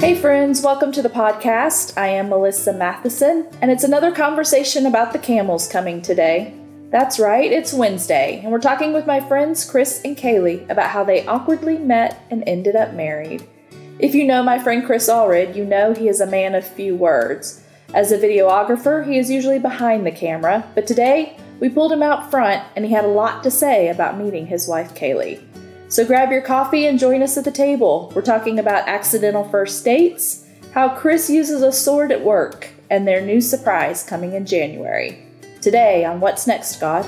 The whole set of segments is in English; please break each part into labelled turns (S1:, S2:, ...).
S1: Hey, friends, welcome to the podcast. I am Melissa Matheson, and it's another conversation about the camels coming today. That's right, it's Wednesday, and we're talking with my friends Chris and Kaylee about how they awkwardly met and ended up married. If you know my friend Chris Allred, you know he is a man of few words. As a videographer, he is usually behind the camera, but today we pulled him out front and he had a lot to say about meeting his wife Kaylee. So grab your coffee and join us at the table. We're talking about accidental first dates, how Chris uses a sword at work, and their new surprise coming in January. Today on What's Next, God.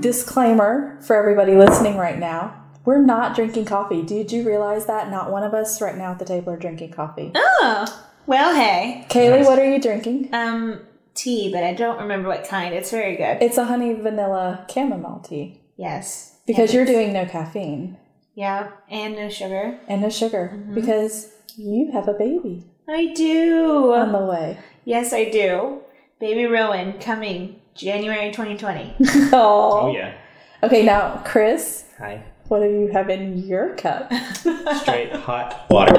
S1: Disclaimer for everybody listening right now. We're not drinking coffee. Did you realize that? Not one of us right now at the table are drinking coffee.
S2: Oh, well, hey.
S1: Kaylee, what are you drinking?
S2: Um, tea, but I don't remember what kind. It's very good.
S1: It's a honey vanilla chamomile tea
S2: yes.
S1: because
S2: And-
S1: you're doing no caffeine
S2: Yeah, and no sugar.
S1: and no sugar because you have a baby
S2: I do.
S1: on the way.
S2: yes, I do. Baby Rowan coming January 2020.
S1: Oh.
S3: Oh yeah.
S1: Okay, now, Chris,
S3: Hi.
S1: what do you have in your cup?
S3: Straight hot water.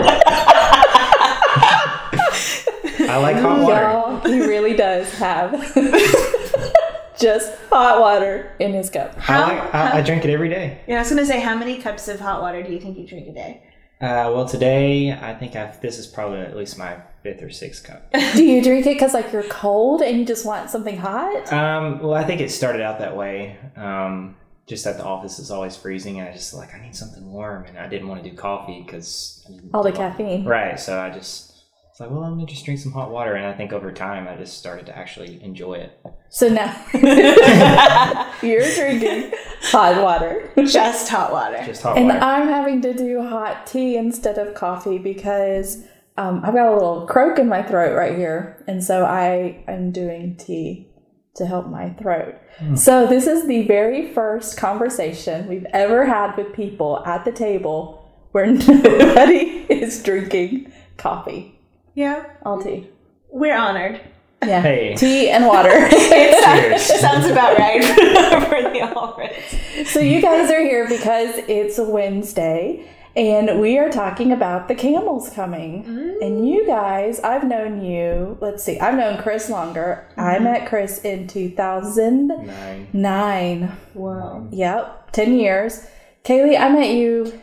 S3: I like hot water.
S1: Y'all, he really does have just hot water in his cup.
S3: I, like, I, I drink it every day.
S2: yeah, I was going to say, how many cups of hot water do you think you drink a day?
S3: Uh, well, today I think I've, this is probably at least my fifth or sixth cup.
S1: Do you drink it because, like, you're cold and you just want something hot?
S3: Um, well, I think it started out that way. Um, just at the office, it's always freezing, and I just like I need something warm, and I didn't want to do coffee because
S1: All the caffeine.
S3: Right. So I just it's like, well, let me just drink some hot water, and I think over time I just started to actually enjoy it.
S1: So now you're drinking hot water.
S2: Just hot water.
S3: Just hot
S1: And
S3: water.
S1: I'm having to do hot tea instead of coffee because um, I've got a little croak in my throat right here. And so I am doing tea to help my throat. So this is the very first conversation we've ever had with people at the table where nobody is drinking coffee.
S2: Yeah.
S1: All tea.
S2: We're honored.
S1: Yeah.
S3: Hey.
S1: Tea and water.
S3: Cheers.
S2: Sounds about right for the Allreds.
S1: So you guys are here because it's Wednesday and we are talking about the camels coming. And you guys, I've known you, let's see, I've known Chris longer. I met Chris in 2009.
S3: Nine.
S2: Whoa.
S1: Yep, 10 years. Kaylee, I met you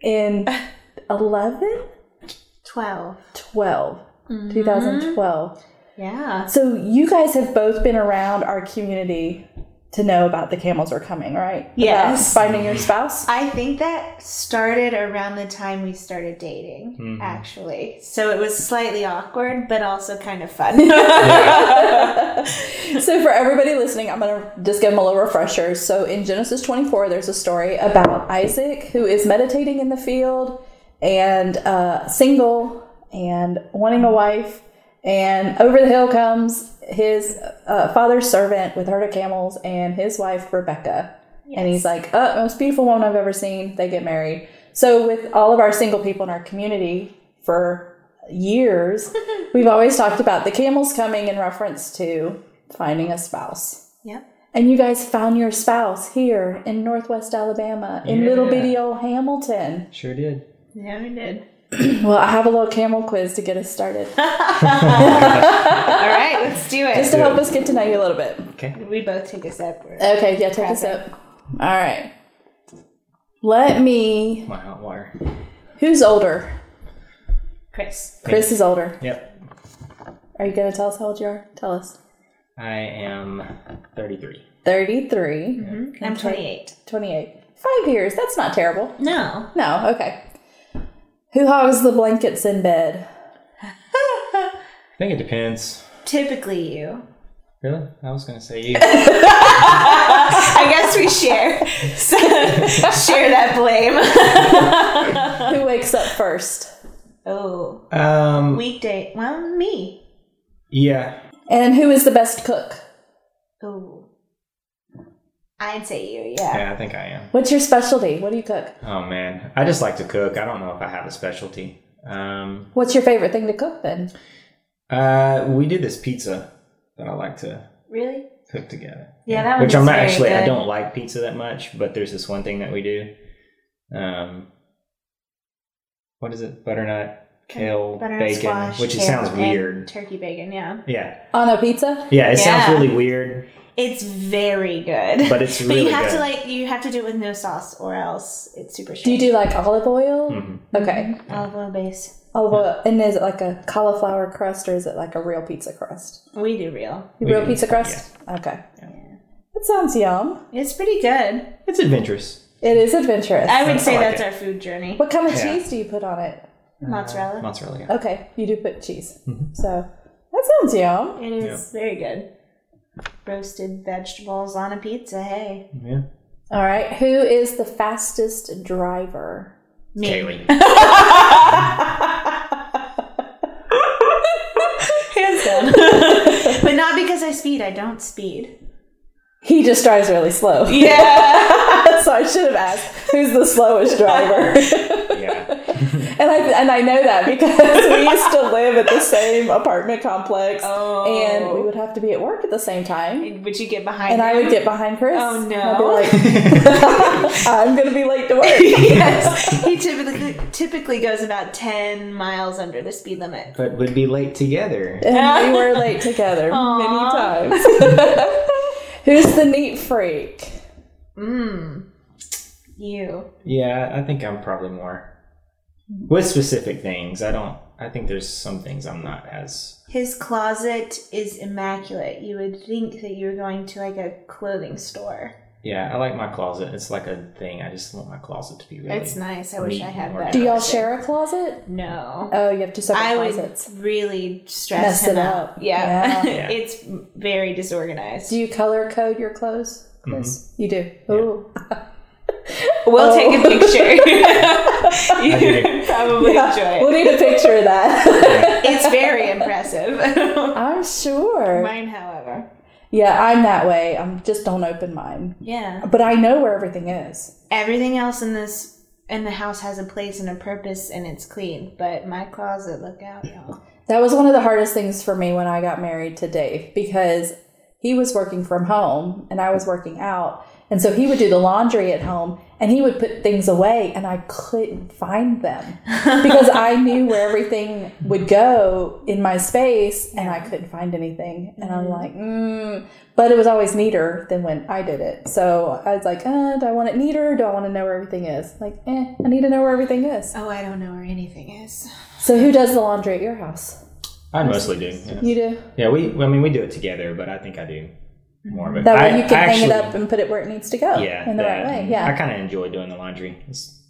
S1: in 11,
S2: 12.
S1: 12. 2012.
S2: Yeah.
S1: So you guys have both been around our community to know about the camels are coming, right? About
S2: Yes.
S1: finding your spouse.
S2: I think that started around the time we started dating,
S3: Mhm.
S2: actually. So it was slightly awkward, but also kind of fun.
S1: so for everybody listening i'm going to just give them a little refresher so in genesis 24 there's a story about isaac who is meditating in the field and uh, single and wanting a wife and over the hill comes his uh, father's servant with a herd of camels and his wife rebecca and he's like oh most beautiful woman i've ever seen they get married so with all of our single people in our community for years We've always talked about the camels coming in reference to finding a spouse.
S2: yep.
S1: And you guys found your spouse here in Northwest Alabama in little
S3: Yeah.
S1: bitty old Hamilton.
S3: Sure did.
S2: Yeah, we did.
S1: Well, I have a little camel quiz to get us started
S2: All right, let's do
S1: just
S2: it.
S1: to help us get to know you a little bit.
S3: Okay.
S2: We both take a sip.
S1: Okay, yeah, take a sip. All right. Let me.
S3: My hot water.
S1: Who's older?
S2: Chris.
S1: Chris is older.
S3: Yep.
S1: Are you going to tell us how old you are? Tell us.
S3: I am 33.
S1: 33,
S2: I'm 28.
S1: 28. Five years. That's not terrible.
S2: No.
S1: No, okay. Who hogs the blankets in bed?
S3: I think it depends.
S2: Typically you.
S3: Really? I was gonna say you.
S2: I guess we share. So, share that blame.
S1: Who wakes up first?
S2: Oh.
S3: um.
S2: Weekday. Well, me.
S3: Yeah.
S1: And who is the best cook?
S2: Oh. I'd say you, yeah.
S3: Yeah, I think I am.
S1: What's your specialty? What do you cook?
S3: Oh man, I just like to cook. I don't know if I have a specialty. Um.
S1: What's your favorite thing to cook then?
S3: Uh, we do this pizza that I like to
S2: Really?
S3: cook together.
S2: Yeah, that
S3: Which
S2: one
S3: I'm
S2: is
S3: not
S2: very
S3: actually. I
S2: good.
S3: don't like pizza that much, but there's this one thing that we do. Um. what is it? Butternut, kale,
S2: Butternut
S3: bacon,
S2: squash,
S3: which it
S2: kale,
S3: sounds
S2: and
S3: weird.
S2: Turkey bacon, yeah.
S3: Yeah,
S1: On a pizza?
S3: yeah, it
S2: Yeah.
S3: sounds really weird,
S2: It's very good.
S3: but it's
S2: But
S3: really
S2: you have
S3: good.
S2: to like you have to do it with no sauce or else it's super shit.
S1: Do you do like olive oil?
S3: Mhm.
S1: Okay.
S2: olive oil base?
S1: Olive oil. And is it like a cauliflower crust or is it like a real pizza crust?
S2: We do real.
S3: We
S1: real
S3: do,
S1: pizza crust? Okay. That sounds yum.
S2: It's pretty good.
S3: It's adventurous.
S1: It is adventurous.
S2: I would say
S3: like
S2: that's
S3: it.
S2: our food journey.
S1: what kind of
S3: Yeah.
S1: cheese do you put on it?
S2: Mozzarella.
S3: Mozzarella. yeah.
S1: Okay, you do put cheese.
S3: Mhm.
S1: So that sounds
S3: Uh,
S1: yum.
S2: It is very good. Roasted vegetables on a pizza. Hey,
S3: Yeah.
S1: All right. Who is the fastest driver?
S2: me.
S3: Kaylee.
S1: Hands down.
S2: but not because I speed. I don't speed.
S1: he just drives really slow.
S2: Yeah.
S1: so I should have asked who's the slowest driver.
S3: yeah.
S1: and I and I know that because we used to live at the same apartment complex and we would have to be at work at the same time.
S2: And would Oh. you get behind?
S1: And I
S2: him?
S1: would get behind Chris.
S2: Oh, no.
S1: I'd be like, I'm gonna be late to work.
S2: yes. He typically typically goes about ten miles under the speed limit.
S3: But would be late together.
S1: And we were late together
S2: Aw.
S1: many times. Who's the neat freak?
S2: Mmm. You.
S3: Yeah, I think I'm probably more with specific things. I don't. I think there's some things I'm not as.
S2: His closet is immaculate. You would think that you were going to like a clothing store.
S3: Yeah, I like my closet. It's like a thing. I just want my closet to be really.
S2: It's nice. I wish I had
S3: Neat.
S2: that.
S1: Do y'all share a closet?
S2: No.
S1: Oh, you have two separate
S2: Oh, I
S1: closets.
S2: would really stress
S1: Mess
S2: him
S1: it
S2: out.
S1: up.
S2: Yeah.
S1: Yeah.
S3: Yeah.
S2: it's very disorganized.
S1: Do you color code your clothes? Chris? You do. Ooh.
S2: we'll
S1: Oh.
S2: take a picture.
S3: I
S2: you
S3: do.
S2: probably enjoy
S1: We'll
S2: it.
S1: need a picture of that.
S2: It's very impressive.
S1: I'm sure.
S2: Mine, however.
S1: Yeah, I'm that way. I'm just don't open mine.
S2: Yeah.
S1: But I know where everything is.
S2: Everything else in this in the house has a place and a purpose and it's clean. But my closet, look out, y'all.
S1: That was one of the hardest things for me when I got married to Dave because he was working from home and I was working out. And so he would do the laundry at home and he would put things away and I couldn't find them because I knew where everything would go in my space and I couldn't find anything. And I'm like, mm. but it was always neater than when I did it. So I was like, uh, do I want it neater? Do I want to know where everything is? Like, eh, I need to know where everything is.
S2: Oh, I don't know where anything is.
S1: So who does the laundry at your house?
S3: I mostly do. Yeah.
S1: You do?
S3: Yeah, we. I mean, we do it together, but I think I do more of it.
S1: That way
S3: I-
S1: you can
S3: I
S1: hang it
S3: actually-
S1: up and put it where it needs to go
S3: Yeah,
S1: in the
S3: that,
S1: right way.
S3: and
S1: Yeah.
S3: I kind of enjoy doing the laundry. It's,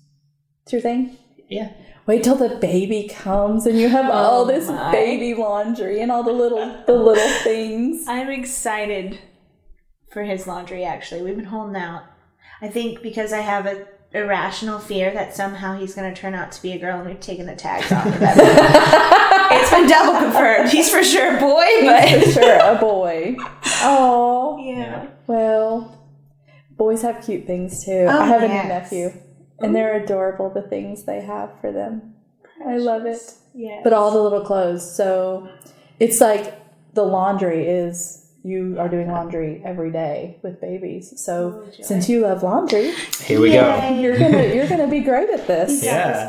S1: it's your thing.
S3: yeah,
S1: Wait till the baby comes and you have all this
S2: Oh my.
S1: baby laundry and all the little the little things.
S2: I'm excited for his laundry, actually. We've been holding out. I think because I have a irrational fear that somehow he's going to turn out to be a girl and we've taken the tags off of him. it's been double confirmed. He's for sure a boy, but.
S1: For sure, a boy. Oh
S2: Yeah.
S1: well, boys have cute things too.
S2: Oh,
S1: I have
S2: yes.
S1: a nephew, and they're adorable. The things they have for them, I love it.
S2: Yeah.
S1: But all the little clothes, so it's like the laundry is. You are doing laundry every day with babies. So,
S2: Oh, joy.
S1: since you love laundry,
S3: here we go.
S1: You're gonna you're gonna be great at this.
S3: Yeah.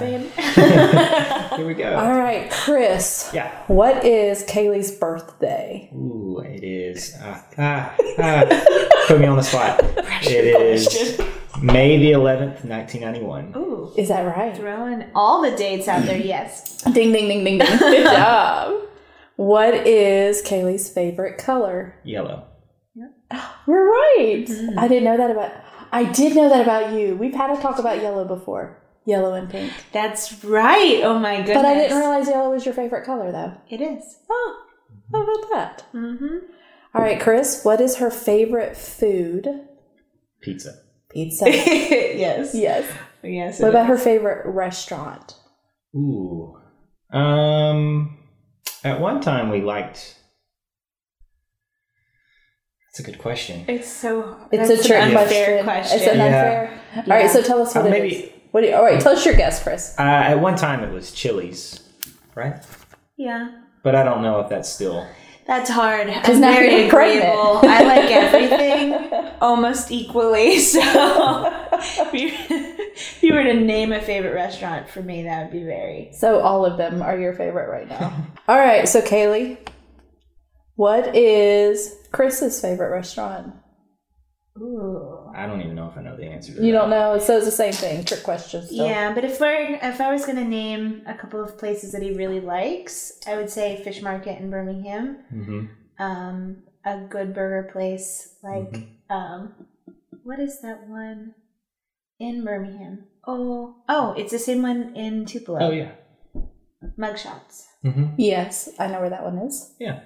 S2: babe.
S3: Here we go.
S1: All right, Chris.
S3: Yeah.
S1: What is Kaylee's birthday?
S3: Ooh, it is. Ah, ah, ah. Put me on the spot. It is May the 11th, 1991.
S2: Ooh.
S1: Is that right?
S2: Throwing all the dates out there, yes.
S1: Ding ding ding ding ding. Good job. What is Kaylee's favorite color?
S3: Yellow.
S1: We're right. I didn't know that about. I did know that about you. We've had a talk about yellow before. Yellow and pink.
S2: That's right. Oh my goodness.
S1: But I didn't realize yellow was your favorite color though.
S2: It is.
S1: Oh, how about that?
S2: Mm-hmm.
S1: All right, Chris. What is her favorite food?
S3: Pizza.
S1: Pizza.
S2: yes.
S1: yes.
S2: Yes.
S1: What
S2: it
S1: about her favorite restaurant?
S3: Ooh. Um. At one time, we liked. That's a good question.
S2: It's so.
S1: It's
S2: that's
S1: a trick
S2: an
S1: question.
S2: unfair
S1: It's an
S2: question.
S3: Yeah.
S1: unfair. All right, so tell us what
S3: Uh,
S1: it is.
S3: maybe-
S1: What? Do you, all right, tell us your guess, Chris.
S3: Uh, at one time, it was Chili's, right?
S2: Yeah.
S3: But I don't know if that's still.
S2: That's hard.
S1: Because
S2: I'm
S1: now
S2: very
S1: you're pregnant.
S2: agreeable. I like everything almost equally. So if you, if you were to name a favorite restaurant for me, that would be very.
S1: So all of them are your favorite right now. all right. So Kaylee, what is Chris's favorite restaurant?
S2: Ooh.
S3: I don't even know if I know the answer. To
S1: You
S3: that.
S1: don't know. So it's the same thing. Trick question. Still.
S2: Yeah, but if we're if I was gonna name a couple of places that he really likes, I would say Fish Market in Birmingham.
S3: Mhm.
S2: Um, a good burger place like
S3: Mhm.
S2: um, what is that one in Birmingham? Oh, oh, it's the same one in Tupelo.
S3: Oh yeah.
S2: Mugshots.
S3: hmm
S1: Yes, I know where that one is.
S3: Yeah.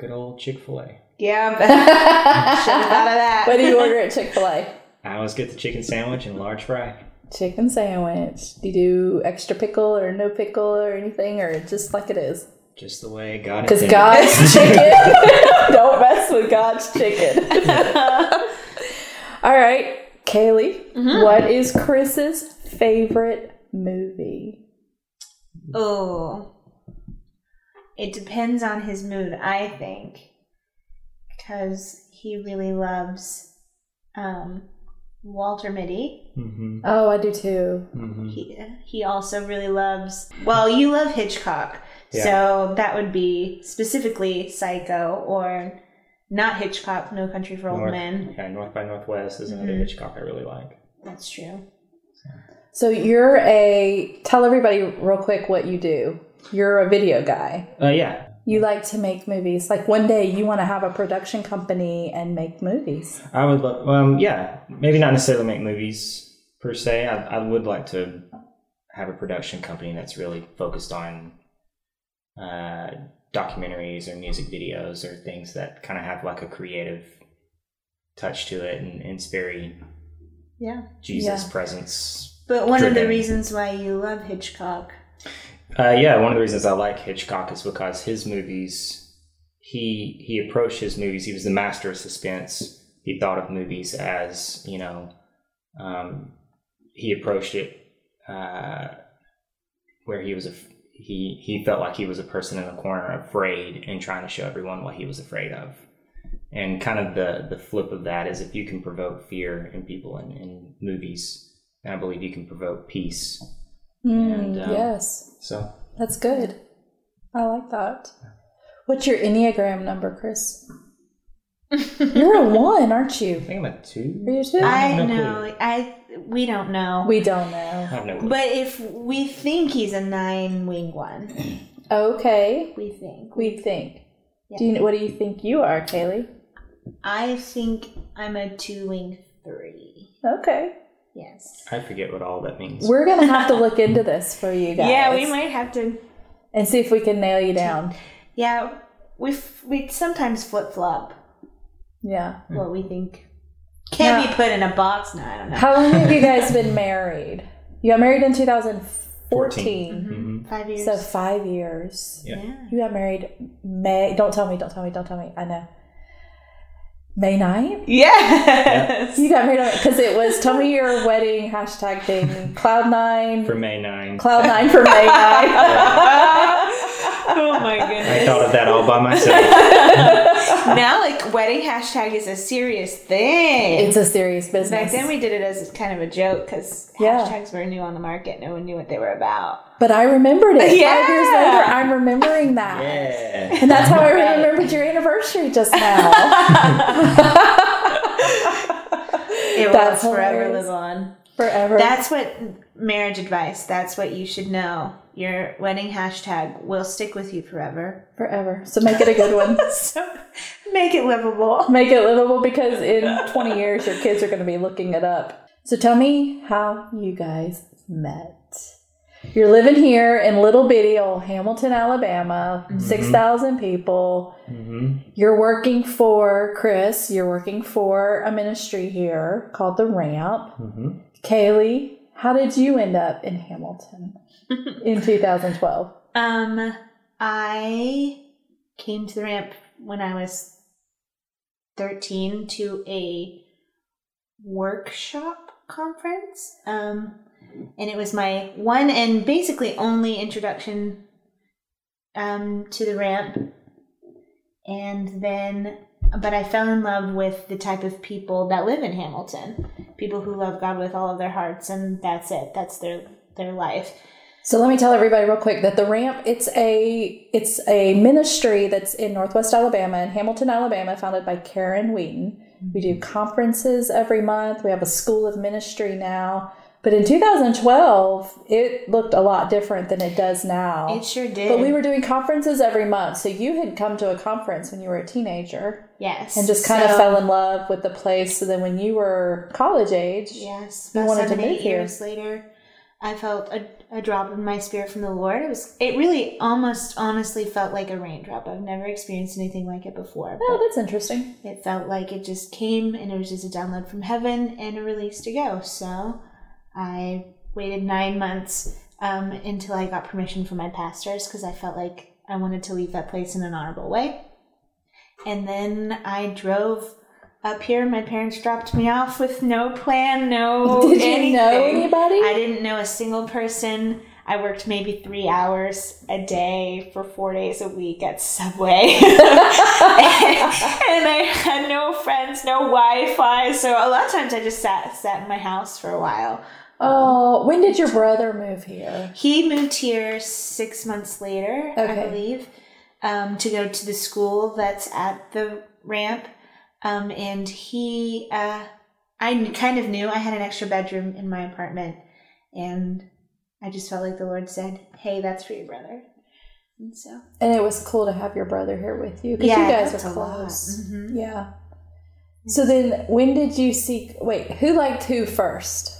S3: Good old Chick Fil A.
S2: Yeah, Should've thought
S1: what
S2: of that.
S1: do you order at Chick Fil A?
S3: I always get the chicken sandwich and large fry.
S1: Chicken sandwich. Do you do extra pickle or no pickle or anything, or just like it is?
S3: Just the way God.
S1: Because
S3: intended.
S1: God's chicken. Don't mess with God's chicken. All right, Kaylee,
S2: Mm-hmm.
S1: what is Chris's favorite movie?
S2: Oh, it depends on his mood, I think, because he really loves um, Walter Mitty.
S3: Mhm.
S1: Oh, I do too.
S3: Mhm.
S2: He he also really loves. Well, you love Hitchcock,
S3: Yeah.
S2: so that would be specifically Psycho or not Hitchcock, No Country for Old
S3: North,
S2: Men.
S3: Yeah, North by Northwest is another
S2: Mhm.
S3: Hitchcock I really like.
S2: That's true.
S1: So you're a tell everybody real quick what you do. You're a video guy.
S3: Uh, yeah,
S1: You like to make movies. Like one day you want to have a production company and make movies.
S3: I would love. Um, yeah, maybe not necessarily make movies per se. I, I would like to have a production company that's really focused on uh, documentaries or music videos or things that kind of have like a creative touch to it and, and it's very
S2: Yeah,
S3: Jesus
S1: Yeah.
S3: presence
S2: but one of the
S3: Driven.
S2: reasons why you love Hitchcock.
S3: Uh, yeah, one of the reasons I like Hitchcock is because his movies, he he approached his movies. He was the master of suspense. He thought of movies as you know, um, he approached it uh, where he was a he he felt like he was a person in a corner, afraid and trying to show everyone what he was afraid of. And kind of the the flip of that is if you can provoke fear in people in, in movies, then I believe you can provoke peace. And, um,
S1: Hmm, yes,
S3: So
S1: that's good. I like that. What's your Enneagram number, Chris? You're a one, aren't
S3: I
S1: you?
S3: think I'm a two.
S1: Are you two?
S3: I
S2: I
S3: have no
S2: know.
S3: clue.
S2: I we don't know.
S1: We don't know.
S3: I have no clue.
S2: But if we think he's a nine wing one,
S1: Okay,
S2: we think.
S1: we think. Do you, what do you think you are, Kaylee?
S2: I think I'm a two wing three.
S1: Okay,
S2: Yes.
S3: I forget what all that means.
S1: we're gonna have to look into this for you guys.
S2: Yeah, we might have to.
S1: and see if we can nail you down.
S2: Yeah, we f- we sometimes flip flop
S1: Yeah.
S2: what we think can
S1: Yeah.
S2: be put in a box. No, I don't know.
S1: How long have you guys been married? You got married in 2014,
S3: Mhm.
S2: Five years.
S1: so five years.
S3: Yeah.
S2: yeah.
S1: You got married May. Don't tell me. Don't tell me. Don't tell me. I know. May 9th?
S2: Yes.
S1: You got married because it was tell me your wedding hashtag thing. Cloud nine.
S3: For May 9.
S1: Cloud nine for May 9.
S2: oh my
S3: I
S2: goodness.
S3: thought of that all by myself.
S2: Now, like wedding hashtag is a serious thing.
S1: it's a serious business.
S2: Back then, we did it as kind of a joke because
S1: Yeah.
S2: hashtags were new on the market. No one knew what they were about.
S1: but I remembered it. Five years
S2: Yeah.
S1: later, I'm remembering that.
S3: yeah.
S1: And that's how I
S2: Right.
S1: remembered your anniversary just now.
S2: It
S1: That's
S2: will forever
S1: hilarious.
S2: live on.
S1: Forever.
S2: That's what marriage advice. That's what you should know. Your wedding hashtag will stick with you forever.
S1: forever. So make it a good one.
S2: So make it livable.
S1: make it livable because in 20 years your kids are going to be looking it up so tell me how you guys met you're living here in little bitty old hamilton alabama 6000 people
S3: hmm
S1: you're working for chris you're working for a ministry here called the ramp
S3: hmm
S1: kaylee how did you end up in hamilton in 2012
S2: Um, I came to the ramp when I was thirteen to a workshop conference. Um, and it was my one and basically only introduction um, to the ramp. and then but I fell in love with the type of people that live in Hamilton. People who love God with all of their hearts and that's it. That's their their life.
S1: So let me tell everybody real quick that the ramp it's a it's a ministry that's in Northwest Alabama in Hamilton, Alabama, founded by Karen Wheaton. We do conferences every month. We have a school of ministry now. But in 2012, it looked a lot different than it does now.
S2: It sure did.
S1: But we were doing conferences every month. So you had come to a conference when you were a teenager
S2: yes.
S1: and just kind
S2: So-
S1: of fell in love with the place. So then when you were college age,
S2: Yes,
S1: You
S2: about
S1: wanted to
S2: seven,
S1: move
S2: eight
S1: here.
S2: years later, I felt a, a drop in my spirit from the Lord. It was it really almost honestly felt like a raindrop. I've never experienced anything like it before.
S1: oh, that's interesting.
S2: But it felt like it just came and it was just a download from heaven and a release to go. So I waited nine months um, until I got permission from my pastors because I felt like I wanted to leave that place in an honorable way. And then I drove up here. My parents dropped me off with no plan, no
S1: Did you
S2: anything.
S1: know anybody?
S2: I didn't know a single person. I worked maybe three hours a day for four days a week at Subway. and, I had no friends, no Wi Fi. So a lot of times I just sat, sat in my house for a while.
S1: Oh, when did your brother move here?
S2: He moved here six months later,
S1: Okay.
S2: I believe, um, to go to the school that's at the ramp. Um, and he, uh, I kn- kind of knew I had an extra bedroom in my apartment, and I just felt like the Lord said, "Hey, that's for your brother." And so,
S1: And it was cool to have your brother here with you because
S2: Yeah,
S1: you guys
S2: that's
S1: are
S2: a lot.
S1: close.
S2: Mhm.
S1: Yeah. So then, when did you seek? Wait, who liked who first?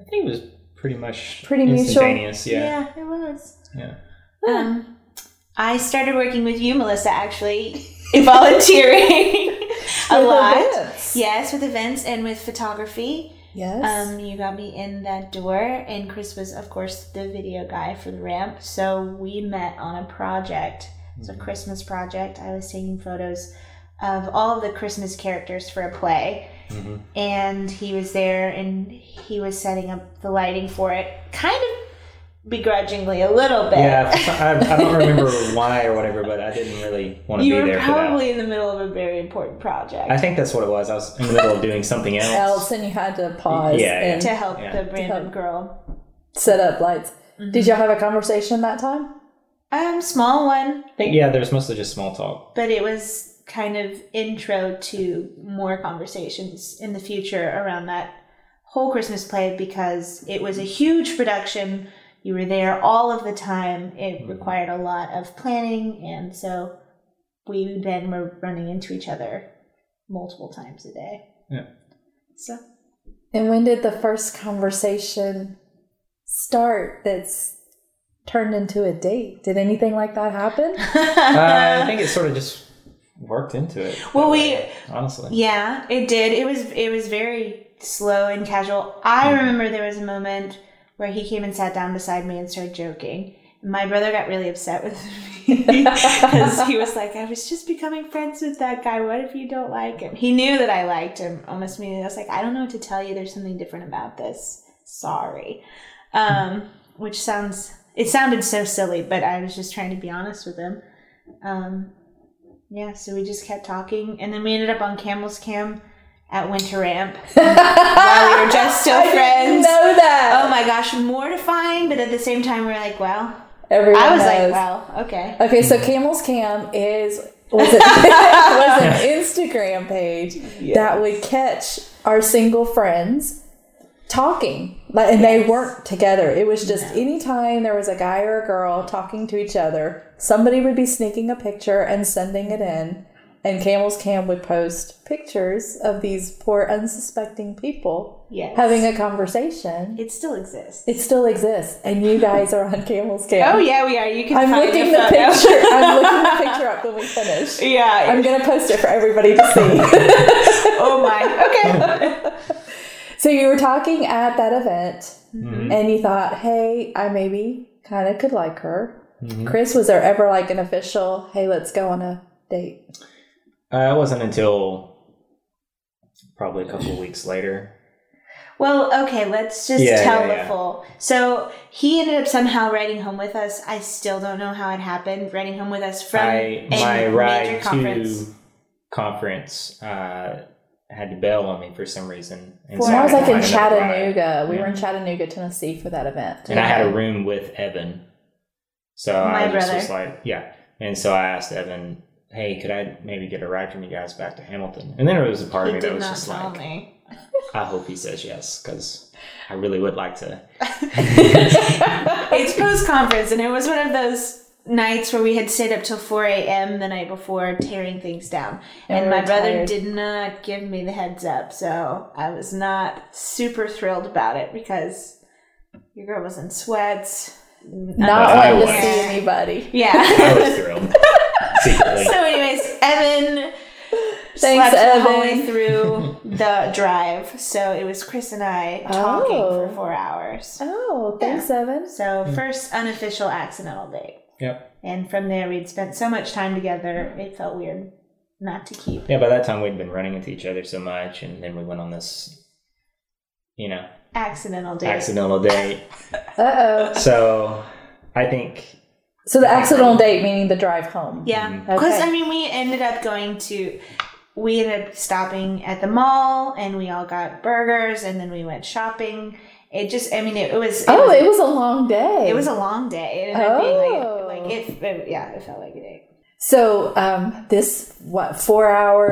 S3: I think it was pretty much
S1: Pretty mutual.
S3: instantaneous. Yeah,
S2: yeah, it was.
S3: yeah.
S2: Um, I started working with you, Melissa, actually, volunteering a
S1: With
S2: lot.
S1: events.
S2: Yes, with events and with photography.
S1: Yes.
S2: Um, you got me in that door, and Chris was, of course, the video guy for the ramp. So we met on a project. It's a
S3: Mm-hmm.
S2: Christmas project. I was taking photos of all of the Christmas characters for a play,
S3: Mhm.
S2: and he was there, and he was setting up the lighting for it, kind of begrudgingly, a little bit.
S3: Yeah, for some- I, I don't remember why or whatever, but I didn't really want to
S2: you
S3: be
S2: were
S3: there for that.
S2: probably in the middle of a very important project
S3: I think that's what it was. I was in the middle of doing something else.
S1: Else, and you had to pause
S3: Yeah, yeah.
S1: and
S2: to help
S3: Yeah.
S2: the random girl.
S1: set up lights.
S2: Mm-hmm.
S1: Did y'all have a conversation that time?
S2: Um, small one.
S3: I think yeah, there's mostly just small talk.
S2: but it was kind of intro to more conversations in the future around that whole Christmas play because it was a huge production. You were there all of the time. It required a lot of planning, and so we then were running into each other multiple times a day.
S3: Yeah.
S2: So
S1: And when did the first conversation start? That's turned into a date. Did anything like that happen?
S3: Uh, I think it sort of just worked into it.
S2: Well,
S3: that
S2: we-
S3: way, honestly.
S2: Yeah, it did. It was it was very slow and casual. I remember there was a moment where he came and sat down beside me and started joking. My brother got really upset with me because he was like, "I was just becoming friends with that guy. What if you don't like him?" He knew that I liked him almost immediately. I was like, "I don't know what to tell you. There's something different about this. Sorry," um, which sounds it sounded so silly, but I was just trying to be honest with him. Um, yeah, so we just kept talking, and then we ended up on Camel's Cam at Winter Ramp while we were just still
S1: I didn't
S2: friends.
S1: know that.
S2: Oh my gosh, mortifying, but at the same time, we're like, well,
S1: Everyone
S2: I was like,
S1: knows.
S2: well, okay.
S1: Okay, so Camel's Cam is was, it, was an Instagram page that would catch our single friends talking, like, and they weren't together. It was just anytime there was a guy or a girl talking to each other, somebody would be sneaking a picture and sending it in, and Camel's Cam would post pictures of these poor unsuspecting people
S2: Yes.
S1: having a conversation.
S2: It still exists.
S1: It still exists, and you guys are on Camel's Cam.
S2: Oh yeah, we are. You can.
S1: I'm
S2: find
S1: looking
S2: a
S1: the
S2: photo.
S1: picture. I'm looking the picture up when we finish.
S2: yeah.
S1: I'm gonna post it for everybody to see.
S2: oh my. Okay.
S1: so you were talking at that event,
S3: Hmm. Mm-hmm.
S1: and you thought, "Hey, I maybe kind of could like her."
S3: Mm-hmm.
S1: Chris, was there ever like an official, "Hey, let's go on a date"?
S3: Uh, it wasn't until probably a couple of weeks later.
S2: Well, okay, let's just
S3: Yeah,
S2: tell
S3: yeah,
S2: the
S3: yeah.
S2: full. So he ended up somehow riding home with us. I still don't know how it happened. Riding home with us from
S3: I,
S2: a
S3: my
S2: major
S3: ride
S2: conference.
S3: to conference uh, had to bail on me for some reason. And
S1: When I was
S3: had
S1: like
S3: to
S1: in
S3: find another ride.
S1: Chattanooga, we were in
S3: Yeah.
S1: Chattanooga, Tennessee for that event.
S3: And I had a room with Evan. So I
S2: My
S3: just was
S2: brother.
S3: like, yeah. And so I asked Evan, hey, could I maybe get a ride from you guys back to Hamilton? And then there was a part
S2: He
S3: of me that
S2: did
S3: was
S2: not
S3: just
S2: tell
S3: like,
S2: me.
S3: I hope he says yes because I really would like to.
S2: It's post conference, and it was one of those nights where we had stayed up till 4 a.m. the night before tearing things down.
S1: And
S2: And,
S1: we
S2: my
S1: were
S2: brother
S1: tired.
S2: did not give me the heads up, so I was not super thrilled about it because your girl was in sweats.
S1: Not
S3: But I
S1: wanting to
S3: was.
S1: see anybody.
S3: I
S2: Yeah.
S3: was thrilled. Secretly.
S2: so, anyways, Evan.
S1: Thanks,
S2: slept the whole
S1: Evan.
S2: way through the drive, so it was Chris and I talking
S1: Oh.
S2: for four hours.
S1: Oh, thanks, Evan.
S2: So first unofficial accidental date,
S3: Hmm. Yep.
S2: and from there we'd spent so much time together, it felt weird not to keep.
S3: Yeah, by that time we'd been running into each other so much, and then we went on this, you know,
S2: Accidental date.
S3: accidental date.
S1: Uh oh.
S3: So I think
S1: So the accidental date, meaning the drive home.
S2: Yeah,
S3: Mhm.
S2: because
S1: Okay.
S2: I mean we ended up going to. We ended up stopping at the mall, and we all got burgers, and then we went shopping. It just—I mean, it, it was. It
S1: Oh,
S2: was,
S1: it was a long day.
S2: it was a long day. It ended up being
S1: Oh.
S2: like, like it, it- yeah, it felt like a day.
S1: so um, this what four hour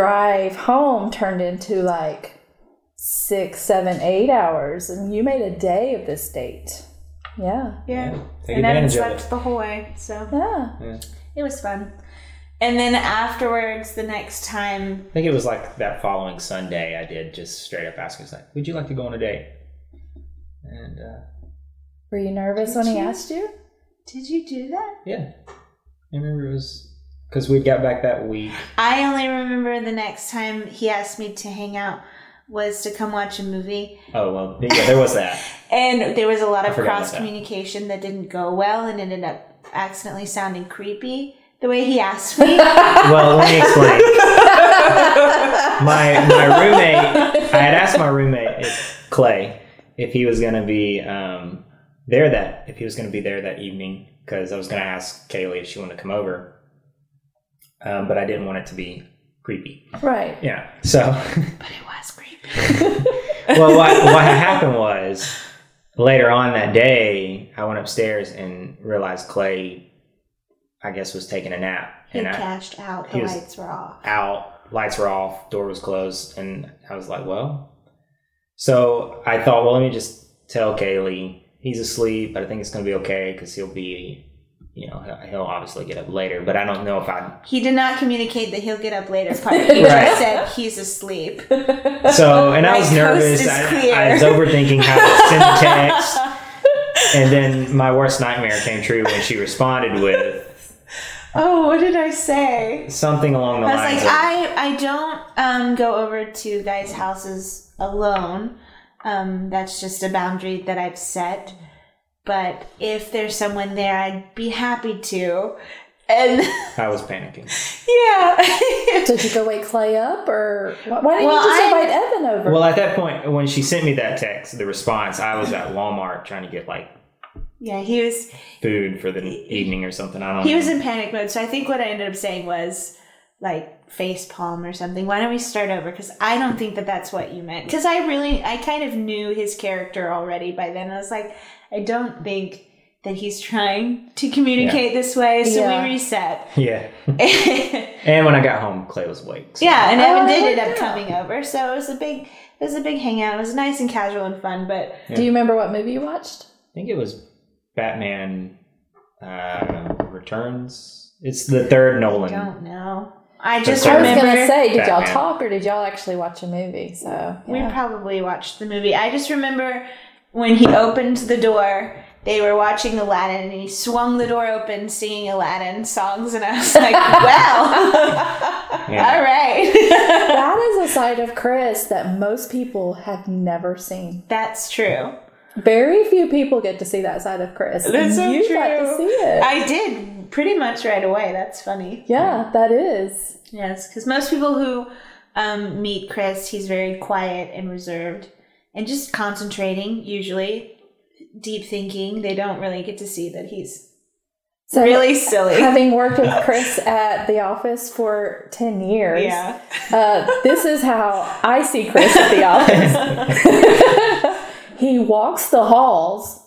S1: drive home turned into like six, seven, eight hours, and you made a day of this date. Yeah.
S2: Yeah.
S3: take
S2: and Evan
S3: advantage
S2: slept
S3: of
S2: the whole way, so
S1: Yeah.
S3: it. Yeah.
S2: it was fun. And then afterwards, the next time,
S3: I think it was like that following Sunday. I did just straight up ask. I was like, "Would you like to go on a date?" And uh,
S1: Were you nervous when he
S2: Did you?
S1: asked you?
S2: did you do that?
S3: yeah, I remember it was because we got back that week.
S2: I only remember the next time he asked me to hang out was to come watch a movie,
S3: Oh well, yeah, there was that.
S2: and there was a lot
S3: I
S2: of
S3: forgot about
S2: cross communication that didn't go well, and ended up accidentally sounding creepy the way he asked me.
S3: well, let me explain. my my roommate, I had asked my roommate if Clay if he was gonna be um, there that if he was gonna be there that evening because I was gonna ask Kaylee if she wanted to come over, um, but I didn't want it to be creepy.
S1: Right.
S3: Yeah. So
S2: but it was creepy.
S3: well, what, what happened was later on that day, I went upstairs and realized Clay, I guess, was taking a nap,
S2: He
S3: and I,
S2: cashed out. The
S3: he was-
S2: lights were off.
S3: out, lights were off, door was closed, and I was like, well. So I thought, well, let me just tell Kaylee he's asleep, but I think it's going to be okay because he'll be, you know, he'll- he'll obviously get up later. But I don't know if I.
S2: He did not communicate that he'll get up later part. He
S3: Right.
S2: just said he's asleep.
S3: So and I was
S2: Right coast
S3: nervous.
S2: is
S3: I,
S2: clear.
S3: I was overthinking how to send the text, and then my worst nightmare came true when she responded with
S2: Oh, what did I say?
S3: something along the
S2: I was like,
S3: lines of.
S2: I, I don't um, go over to guys' houses alone. Um, that's just a boundary that I've set. But if there's someone there, I'd be happy to. And
S3: I was panicking.
S2: yeah.
S1: Did you go wake Clay up, or why why didn't
S2: Well,
S1: you just
S2: I-
S1: invite Evan over?
S3: Well, at that point, when she sent me that text, the response, I was at Walmart trying to get like
S2: yeah, he was
S3: food for the evening or something. I don't.
S2: he
S3: know.
S2: was in panic mode. So I think what I ended up saying was like face palm or something. Why don't we start over? Because I don't think that that's what you meant. Because I really, I kind of knew his character already by then. I was like, I don't think that he's trying to communicate this way. So
S1: Yeah.
S2: we reset.
S3: Yeah.
S2: yeah,
S3: And when I got home, Clay was awake. so-
S2: and
S1: Oh,
S2: Evan
S1: I
S2: did
S1: like
S2: end
S1: that.
S2: up coming over. So it was a big, it was a big hangout. It was nice and casual and fun. But
S1: Do you remember what movie you watched?
S3: I think it was Batman uh, Returns. It's the third
S2: I
S3: Nolan.
S2: don't know. I just
S3: I
S1: I was
S2: remember.
S1: gonna say, did y'all
S3: Batman.
S1: talk or did y'all actually watch a movie? So
S2: We
S1: yeah.
S2: probably watched the movie. I just remember when he opened the door, they were watching Aladdin, and he swung the door open, singing Aladdin songs, and I was like, "Well,
S3: Yeah.
S2: all right,
S1: that is a side of Chris that most people have never seen.
S2: that's true."
S1: Very few people get to see that side of Chris. and
S2: That's so
S1: you got to
S2: true.
S1: see it.
S2: I did pretty much right away. That's funny.
S1: yeah, that is.
S2: Yes, because most people who um, meet Chris, he's very quiet and reserved, and just concentrating usually deep thinking they don't really get to see that he's
S1: So
S2: really silly
S1: having worked with Chris at the office for 10 years,
S2: yeah
S1: uh, this is how I see Chris at the office. he walks the halls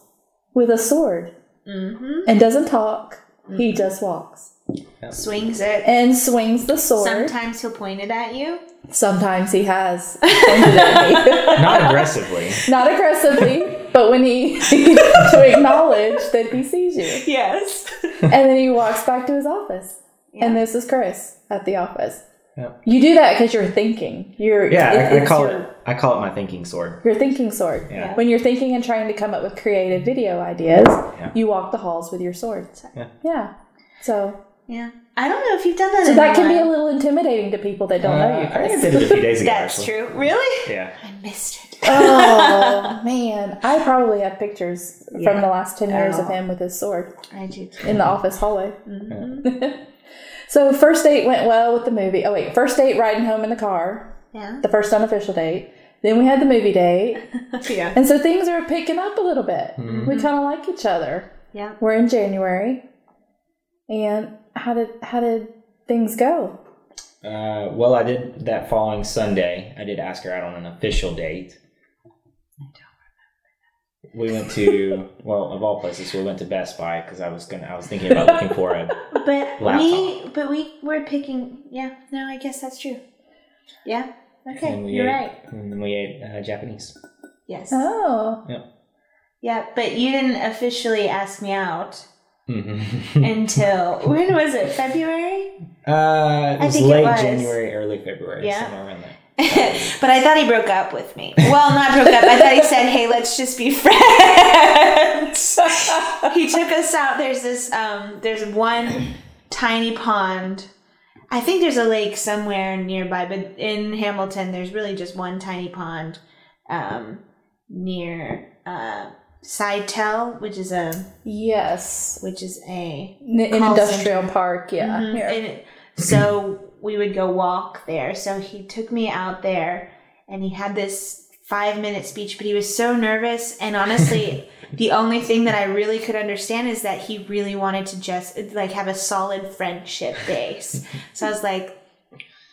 S1: with a sword
S2: hmm
S1: and doesn't talk. He
S2: Mm-hmm.
S1: just walks
S2: swings it
S1: and swings the sword.
S2: sometimes he'll point it at you
S1: Sometimes he has pointed at me.
S3: Not aggressively.
S1: Not aggressively, but when he to acknowledge that he sees you.
S2: yes
S1: And then he walks back to his office.
S2: Yeah.
S1: And this is Chris at the office.
S3: Yeah.
S1: You do that because you're thinking. You're
S3: Yeah,
S1: it-
S3: I, I
S1: it's
S3: call
S1: your-
S3: it I call it my thinking sword.
S1: your thinking sword.
S3: Yeah. Uh,
S1: When you're thinking and trying to come up with creative video ideas, you walk the halls with your sword.
S3: Yeah.
S1: Yeah. So,
S2: yeah i don't know if you've done that
S1: so
S2: in
S1: that
S2: a
S1: can be a
S2: while.
S1: little intimidating to people that don't know you,
S3: Uh, I
S1: Chris.
S3: did it a few days ago.
S2: that's
S3: actually.
S2: true really
S3: Yeah.
S2: i missed it
S1: oh man, I probably have pictures from
S2: Yeah.
S1: the last ten years of
S2: Oh.
S1: him with his sword
S2: i do too. Mm-hmm.
S1: in the office hallway. so first date went well with the movie. Oh wait, first date riding home in the car.
S2: yeah
S1: The first unofficial date. Then we had the movie date,
S2: yeah
S1: and so things are picking up a little bit. We kind of like each other.
S2: Mm-hmm. yeah
S1: We're in January, and how did how did things go?
S3: Uh, well, I did that following Sunday. I did ask her out on an official date. We went to well, of all places, we went to Best Buy because I was gonna. I was thinking about looking for a.
S2: but we
S3: Laptop.
S2: but we were picking yeah no i guess that's true yeah okay
S3: and we
S2: you're
S3: ate,
S2: right
S3: And then we ate uh, Japanese.
S2: yes
S1: Oh,
S2: yeah but you didn't officially ask me out
S1: Hmm.
S3: Mm-hmm.
S2: until when was it february
S3: Uh, it was
S2: think it
S3: late
S2: was.
S3: January, early February,
S2: Yeah.
S3: somewhere around there.
S2: but i thought he broke up with me well not broke up i thought he said hey let's just be friends he took us out there's this um there's one tiny pond i think there's a lake somewhere nearby but in hamilton there's really just one tiny pond um near uh Sidetel, which is a
S1: yes,
S2: which is a
S1: N- an
S2: Call
S1: industrial park. Yeah,
S2: Mhm.
S1: here.
S2: And so we would go walk there. So he took me out there and he had this five minute speech, but he was so nervous. And honestly, the only thing that I really could understand is that he really wanted to just like have a solid friendship base. so I was like,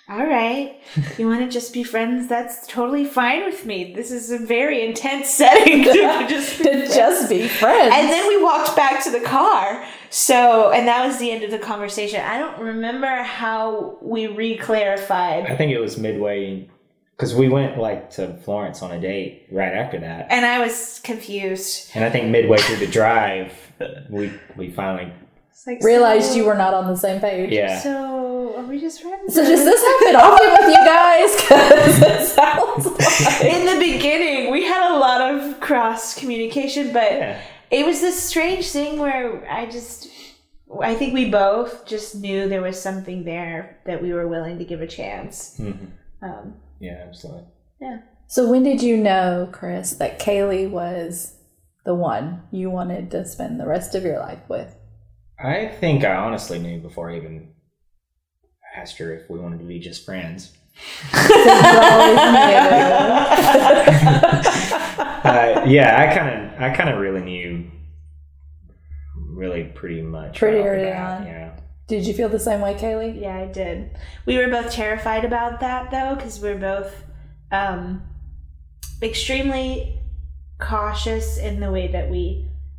S2: all right, you want to just be friends? That's totally fine with me. This is a very intense setting to just be
S1: to just be friends.
S2: and then we walked back to the car. So, and that was the end of the conversation. I don't remember how we
S3: I
S2: re-clarified.
S3: think it was midway because we went like to Florence on a date right after that,
S2: And I was confused.
S3: and I think midway through the drive, we we finally
S2: It's like,
S1: realized
S2: so-
S1: you were not on the same page.
S3: yeah.
S2: So, are we just friends?
S1: So does this happen often with you guys? Because it sounds like
S2: In the beginning, we had a lot of cross communication, but
S3: yeah.
S2: it was this strange thing where I just. I think we both just knew there was something there that we were willing to give a chance.
S3: Mhm.
S2: Um,
S3: Yeah, absolutely.
S1: so. When did you know, Chris, that Kaylee was the one you wanted to spend the rest of your life with?
S3: I think I honestly knew before I even asked her if we wanted to be just friends. Uh, yeah, I kind of, I kind of really knew, really pretty much.
S1: Pretty
S3: off the
S1: early
S3: bat,
S1: on.
S3: Yeah.
S1: did you feel the same way, Kaylee?
S2: Yeah, I did. We were both terrified about that though, because we're both um, extremely cautious in the way that we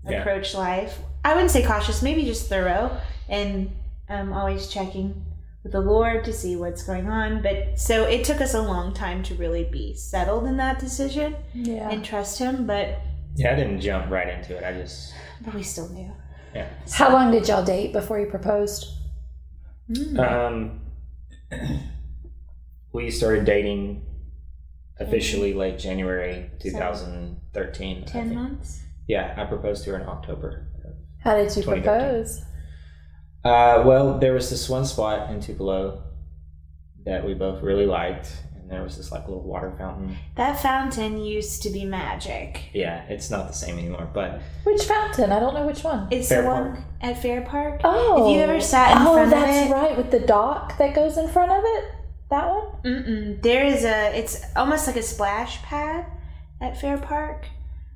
S3: Yeah.
S2: approach life. I wouldn't say cautious, maybe just thorough, and um, always checking with the Lord to see what's going on. But so it took us a long time to really be settled in that decision
S1: Yeah.
S2: and trust Him. But
S3: Yeah, I didn't jump right into it. I just,
S2: but we still knew.
S3: yeah.
S1: How long did y'all date before you proposed?
S3: Um, we started dating officially
S1: Mm-hmm.
S3: late January 2013. I
S2: Ten
S3: think.
S2: months.
S3: Yeah, I proposed to her in October.
S1: How did you
S3: 2013.
S1: propose?
S3: Uh, well, there was this one spot in Tupelo that we both really liked, and there was this like little water fountain.
S2: That fountain used to be magic.
S3: Yeah, it's not the same anymore, but
S1: Which fountain? I don't know which one.
S2: It's
S3: Fair
S2: the one
S3: Park.
S2: at Fair Park.
S1: Oh.
S2: If you ever sat in
S1: oh,
S2: front of
S1: that's
S2: it-
S1: right, with the dock that goes in front of it. That one?
S2: Mm-mm. There is a. It's almost like a splash pad, at Fair Park.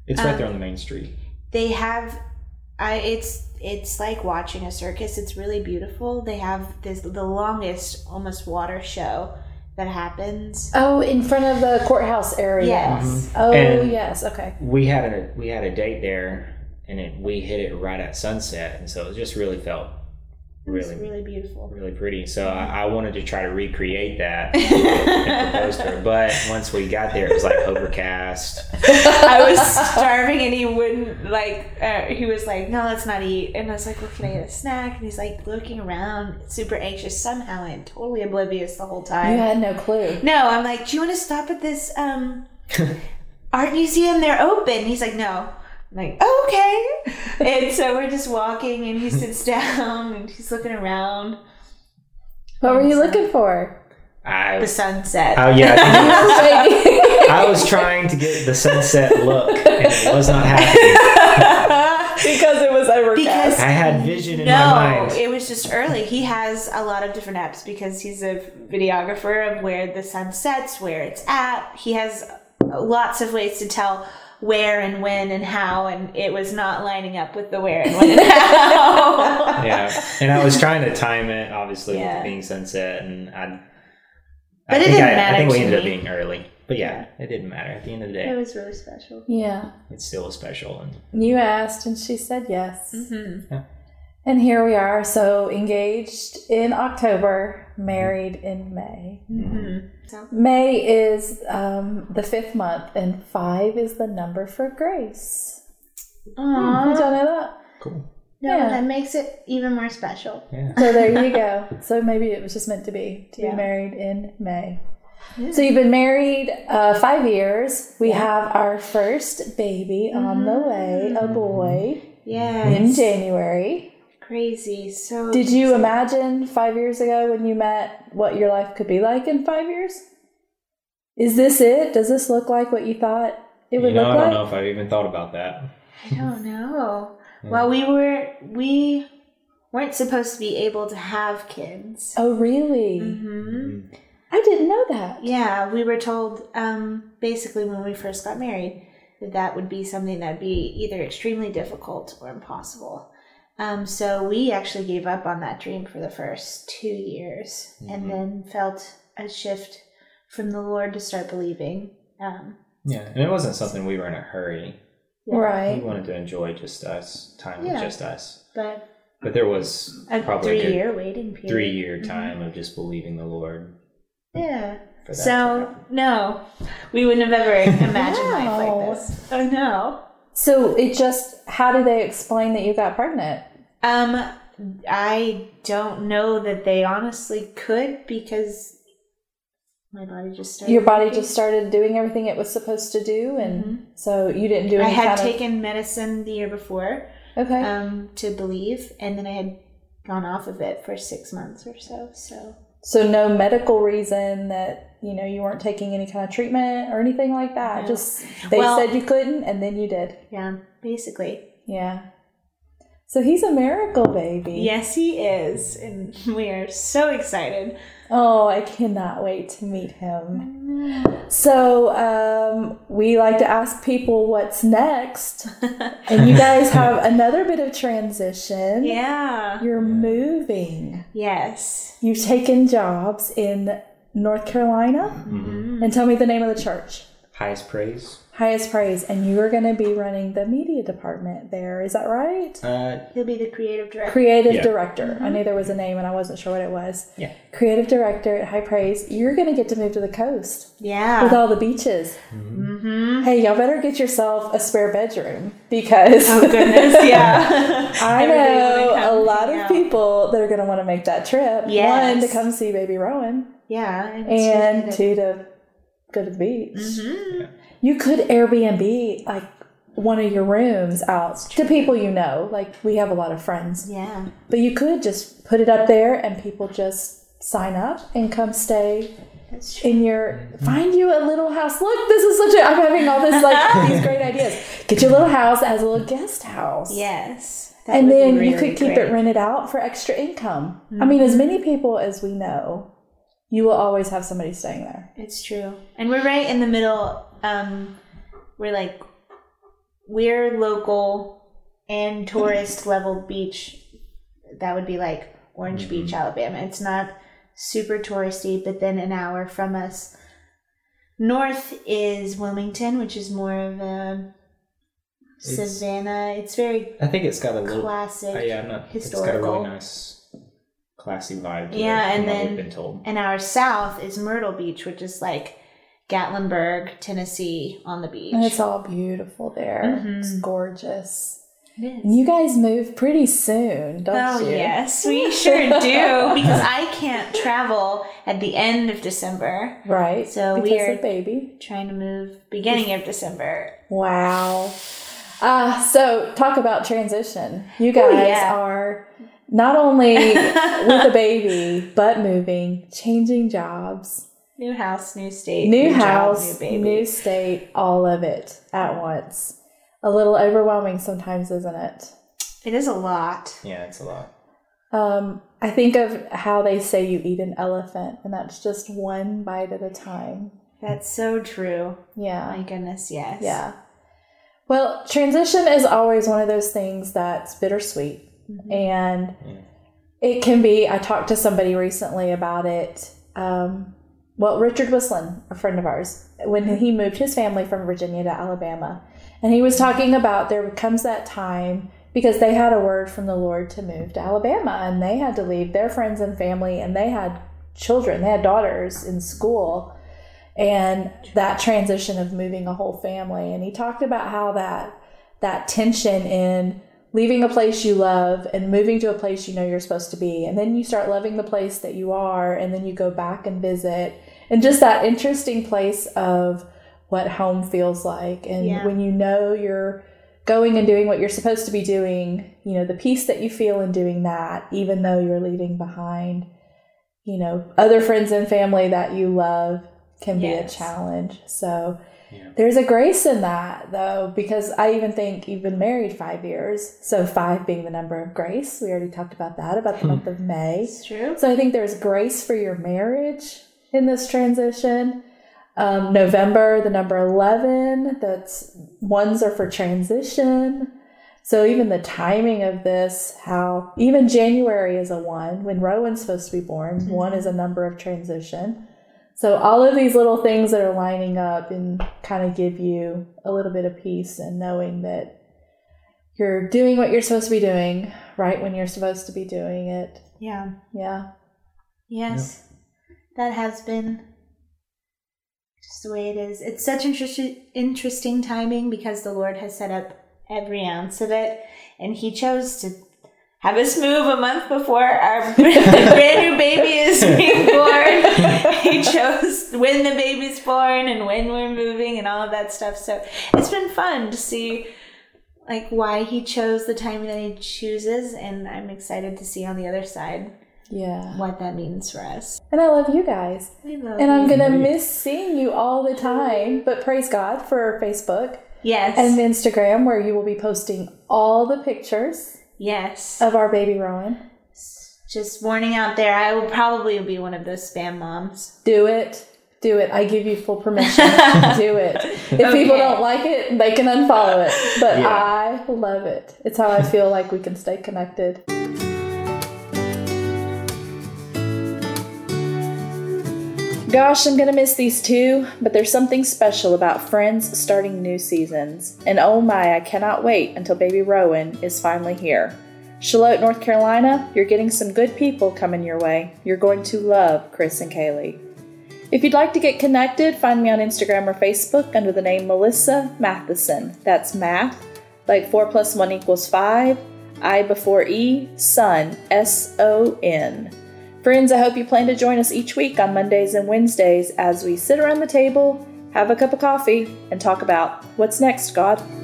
S3: It's
S1: Uh,
S3: right there on the main street.
S2: They have, I it's it's like watching a circus. It's really beautiful. They have this the longest almost water show that happens.
S1: Oh, in front of the courthouse area.
S3: Mm-hmm.
S2: Yes.
S1: Oh,
S3: And-
S1: yes. Okay.
S3: We had a we had a date there, and it, we hit it right at sunset, and so it just really felt really
S2: It's really beautiful.
S3: really pretty. So I, I wanted to try to recreate that and propose to her. But once we got there, it was like overcast.
S2: I was starving and he wouldn't like. Uh, he was like, "No, let's not eat." And I was like, "Well, can I get a snack?" And he's like looking around, super anxious. Somehow and totally oblivious the whole
S1: You
S2: time.
S1: had no clue.
S2: No, I'm like, "Do you want to stop at this um art museum? They're open." He's like, "No." I'm like, "Oh, "Okay." And so we're just walking, and he sits down and he's looking around
S1: What were you looking for?
S3: I
S2: the sunset.
S3: oh yeah, I think-
S1: Wait.
S3: I was trying to get the sunset look, and it was not happening.
S1: because it was overcast.
S2: because
S3: I had vision in my
S2: No,
S3: mind.
S2: it was just early. He has a lot of different apps because he's a videographer of where the sun sets, where it's at. He has lots of ways to tell where and when and how, and it was not lining up with the where and when and how.
S3: yeah, and I was trying to time it, obviously, with
S2: Yeah.
S3: it being sunset, and I. I
S2: But it
S3: think
S2: didn't
S3: I,
S2: matter
S3: I think we
S2: to
S3: ended up
S2: me.
S3: being early, but yeah, it didn't matter. At the end of the
S2: it
S3: day,
S2: was really special.
S1: Yeah.
S3: it's still special, and
S1: You asked and she said yes.
S2: Mm-hmm.
S1: And here we are. So engaged in October, married in May.
S2: Mm-hmm. So,
S1: May is um, the fifth month, and five is the number for grace. I
S2: Aww.
S1: don't know that.
S3: cool.
S2: No,
S1: Oh, Yeah.
S2: that makes it even more special.
S3: Yeah,
S1: So there you go. So maybe it was just meant to be to
S2: Yeah.
S1: be married in May.
S2: Yeah.
S1: So you've been married uh, five years. We have our first baby on the way,
S3: Mm-hmm.
S1: a boy, in
S2: Mm-hmm. Yes.
S1: January.
S2: Crazy. So
S1: Did you imagine five years ago when you met what your life could be like in five years? Is this it? Does this look like what you thought it would
S3: you know,
S1: look
S3: I don't
S1: like?
S3: know if I've even thought about that.
S2: I don't know. Well, we were we weren't supposed to be able to have kids.
S1: Oh, really?
S2: hmm
S1: I didn't know that.
S2: Yeah, we were told um, basically when we first got married that that would be something that'd be either extremely difficult or impossible. Um, so we actually gave up on that dream for the first two years,
S3: Mhm.
S1: Mm-hmm.
S2: and then felt a shift from the Lord to start believing. Um,
S3: Yeah, and it wasn't something we were in a hurry.
S2: yeah.
S3: We
S1: Right.
S3: wanted to enjoy just us, time with
S2: Yeah.
S3: just us.
S2: But
S3: But there was
S2: a
S3: probably a good
S2: three-year waiting period.
S3: three-year time of just believing the Lord
S2: Yeah.
S3: for that. to
S2: So
S3: happen.
S2: no, we wouldn't have ever imagined life
S1: No.
S2: like this. Oh no.
S1: So it just, how do they explain that you got pregnant?
S2: Um, I don't know that they honestly could because my body just started.
S1: Your body just started doing everything it was supposed to do, and so you didn't do
S2: I
S1: any
S2: had
S1: kind
S2: taken medicine the year before
S1: of, okay.
S2: um, to believe, and then I had gone off of it for six months or so. So
S1: So no medical reason that you know you weren't taking any kind of treatment or anything like that.
S2: No.
S1: Just they
S2: Well-
S1: said you couldn't, and then you did.
S2: yeah, basically,
S1: Yeah. So he's a miracle baby.
S2: yes, he is, and we are so excited.
S1: Oh, I cannot wait to meet him. So um, we like to ask people what's next, and you guys have another bit of transition.
S2: Yeah.
S1: You're moving.
S2: Yes.
S1: You've taken jobs in North Carolina,
S3: Mm-hmm.
S1: and tell me the name of the church.
S3: highest praise.
S1: Highest praise, and you are going to be running the media department there. Is that right?
S3: Uh,
S2: He'll be the creative director.
S1: Creative
S3: Yeah.
S1: director.
S2: Mm-hmm.
S1: I knew there was a name, and I wasn't sure what it was.
S3: yeah.
S1: Creative director at High Praise. You're going to get to move to the coast
S2: Yeah. Mm-hmm.
S1: with all the beaches. Hey, y'all better get yourself a spare bedroom because
S2: Oh, goodness, yeah.
S1: I
S2: Everybody
S1: know
S2: wanna come
S1: a lot
S2: hang
S1: of
S2: out.
S1: people that are going to want to make that trip.
S2: Yes.
S1: One to come see baby Rowan,
S2: yeah. And,
S1: and
S2: it's
S1: two to go to the beach.
S2: Mm-hmm.
S1: You could Airbnb like one of your rooms out to people you know. Like we have a lot of friends,
S2: yeah.
S1: but you could just put it up there and people just sign up and come stay
S2: That's true.
S1: in your find you a little house. Look, this is such a I'm having all this like these great ideas. Get your little house as a little guest house.
S2: Yes. That
S1: And
S2: would be
S1: then you
S2: really
S1: could keep
S2: great. Mm-hmm.
S1: it rented out for extra income. I mean, as many people as we know, you will always have somebody staying there.
S2: It's true. And we're right in the middle um, we're like we're local and tourist level beach that would be like Orange
S3: Mhm.
S2: Beach, Alabama. It's not super touristy, but then an hour from us north is Wilmington, which is more of a
S3: It's-
S2: Savannah. It's very
S3: I think it's got a little.
S2: classic.
S3: Uh, yeah, I'm not. It's got a
S2: historical.
S3: really nice, classy vibe. To
S2: Yeah,
S3: it,
S2: and
S3: from what
S2: then-
S3: we've been told.
S2: And our south is Myrtle Beach, which is like Gatlinburg, Tennessee on the beach.
S1: And it's all beautiful there.
S2: Mhm.
S1: It's gorgeous.
S2: It is.
S1: And you guys move pretty soon, don't
S2: Oh,
S1: you?
S2: yes, we sure do because I can't travel at the end of December.
S1: Right.
S2: So
S1: because
S2: we're-
S1: of baby.
S2: Trying to move beginning of December.
S1: Wow. Uh, so talk about transition. You guys
S2: yeah.
S1: are not only with a baby, but moving, changing jobs,
S2: New house, new state,
S1: new,
S2: job,
S1: house,
S2: new baby.
S1: new state, all of it at once. A little overwhelming sometimes, isn't it?
S2: It is a lot.
S3: Yeah, it's a lot.
S1: Um, I think of how they say you eat an elephant, and that's just one bite at a time.
S2: That's so true.
S1: Yeah.
S2: My goodness, yes.
S1: Yeah. Well, transition is always one of those things that's bittersweet.
S2: Mm-hmm.
S1: And
S3: Yeah.
S1: it can be, I talked to somebody recently about it. Um, well, Richard Wislin, a friend of ours, when he moved his family from Virginia to Alabama, and he was talking about there comes that time because they had a word from the Lord to move to Alabama and they had to leave their friends and family and they had children, they had daughters in school and that transition of moving a whole family and he talked about how that that tension in leaving a place you love and moving to a place you know you're supposed to be and then you start loving the place that you are and then you go back and visit and just that interesting place of what home feels like and
S2: Yeah.
S1: when you know you're going and doing what you're supposed to be doing you know the peace that you feel in doing that even though you're leaving behind you know other friends and family that you love can be
S2: Yes.
S1: a challenge so
S3: Yeah.
S1: there's a grace in that though because i even think you've been married five years so five being the number of grace we already talked about that about the month of may
S2: It's true.
S1: so I think there's grace for your marriage in this transition. Um, November, the number 11, that's ones are for transition. So even the timing of this, how even January is a one when Rowan's supposed to be born, one is a number of transition. So all of these little things that are lining up and kind of give you a little bit of peace and knowing that you're doing what you're supposed to be doing right when you're supposed to be doing it
S2: Yeah.
S1: yeah.
S2: Yes. That has been just the way it is. It's such interesting interesting timing because the Lord has set up every ounce of it and he chose to have us move a month before our brand new baby is being born. he chose when the baby's born and when we're moving and all of that stuff. So it's been fun to see like why he chose the timing that he chooses and I'm excited to see on the other side
S1: Yeah.
S2: what that means for us.
S1: And I love you guys.
S2: We love
S1: And I'm
S2: you.
S1: going to miss seeing you all the time. But praise God for Facebook
S2: yes,
S1: and Instagram, where you will be posting all the pictures
S2: yes.
S1: of our baby Rowan.
S2: Just warning out there, I will probably be one of those spam moms.
S1: Do it. Do it. I give you full permission. Do it. If people
S2: Okay.
S1: don't like it, they can unfollow it. But
S3: Yeah.
S1: I love it. It's how I feel like we can stay connected.
S4: Gosh, I'm gonna miss these two, but there's something special about friends starting new seasons. And oh my, I cannot wait until baby Rowan is finally here. Charlotte, North Carolina, you're getting some good people coming your way. You're going to love Chris and Kaylee. If you'd like to get connected, find me on Instagram or Facebook under the name Melissa Matheson. That's math, like 4 plus 1 equals 5, I before E, Sun, S O N. Friends, I hope you plan to join us each week on Mondays and Wednesdays as we sit around the table, have a cup of coffee, and talk about what's next, God.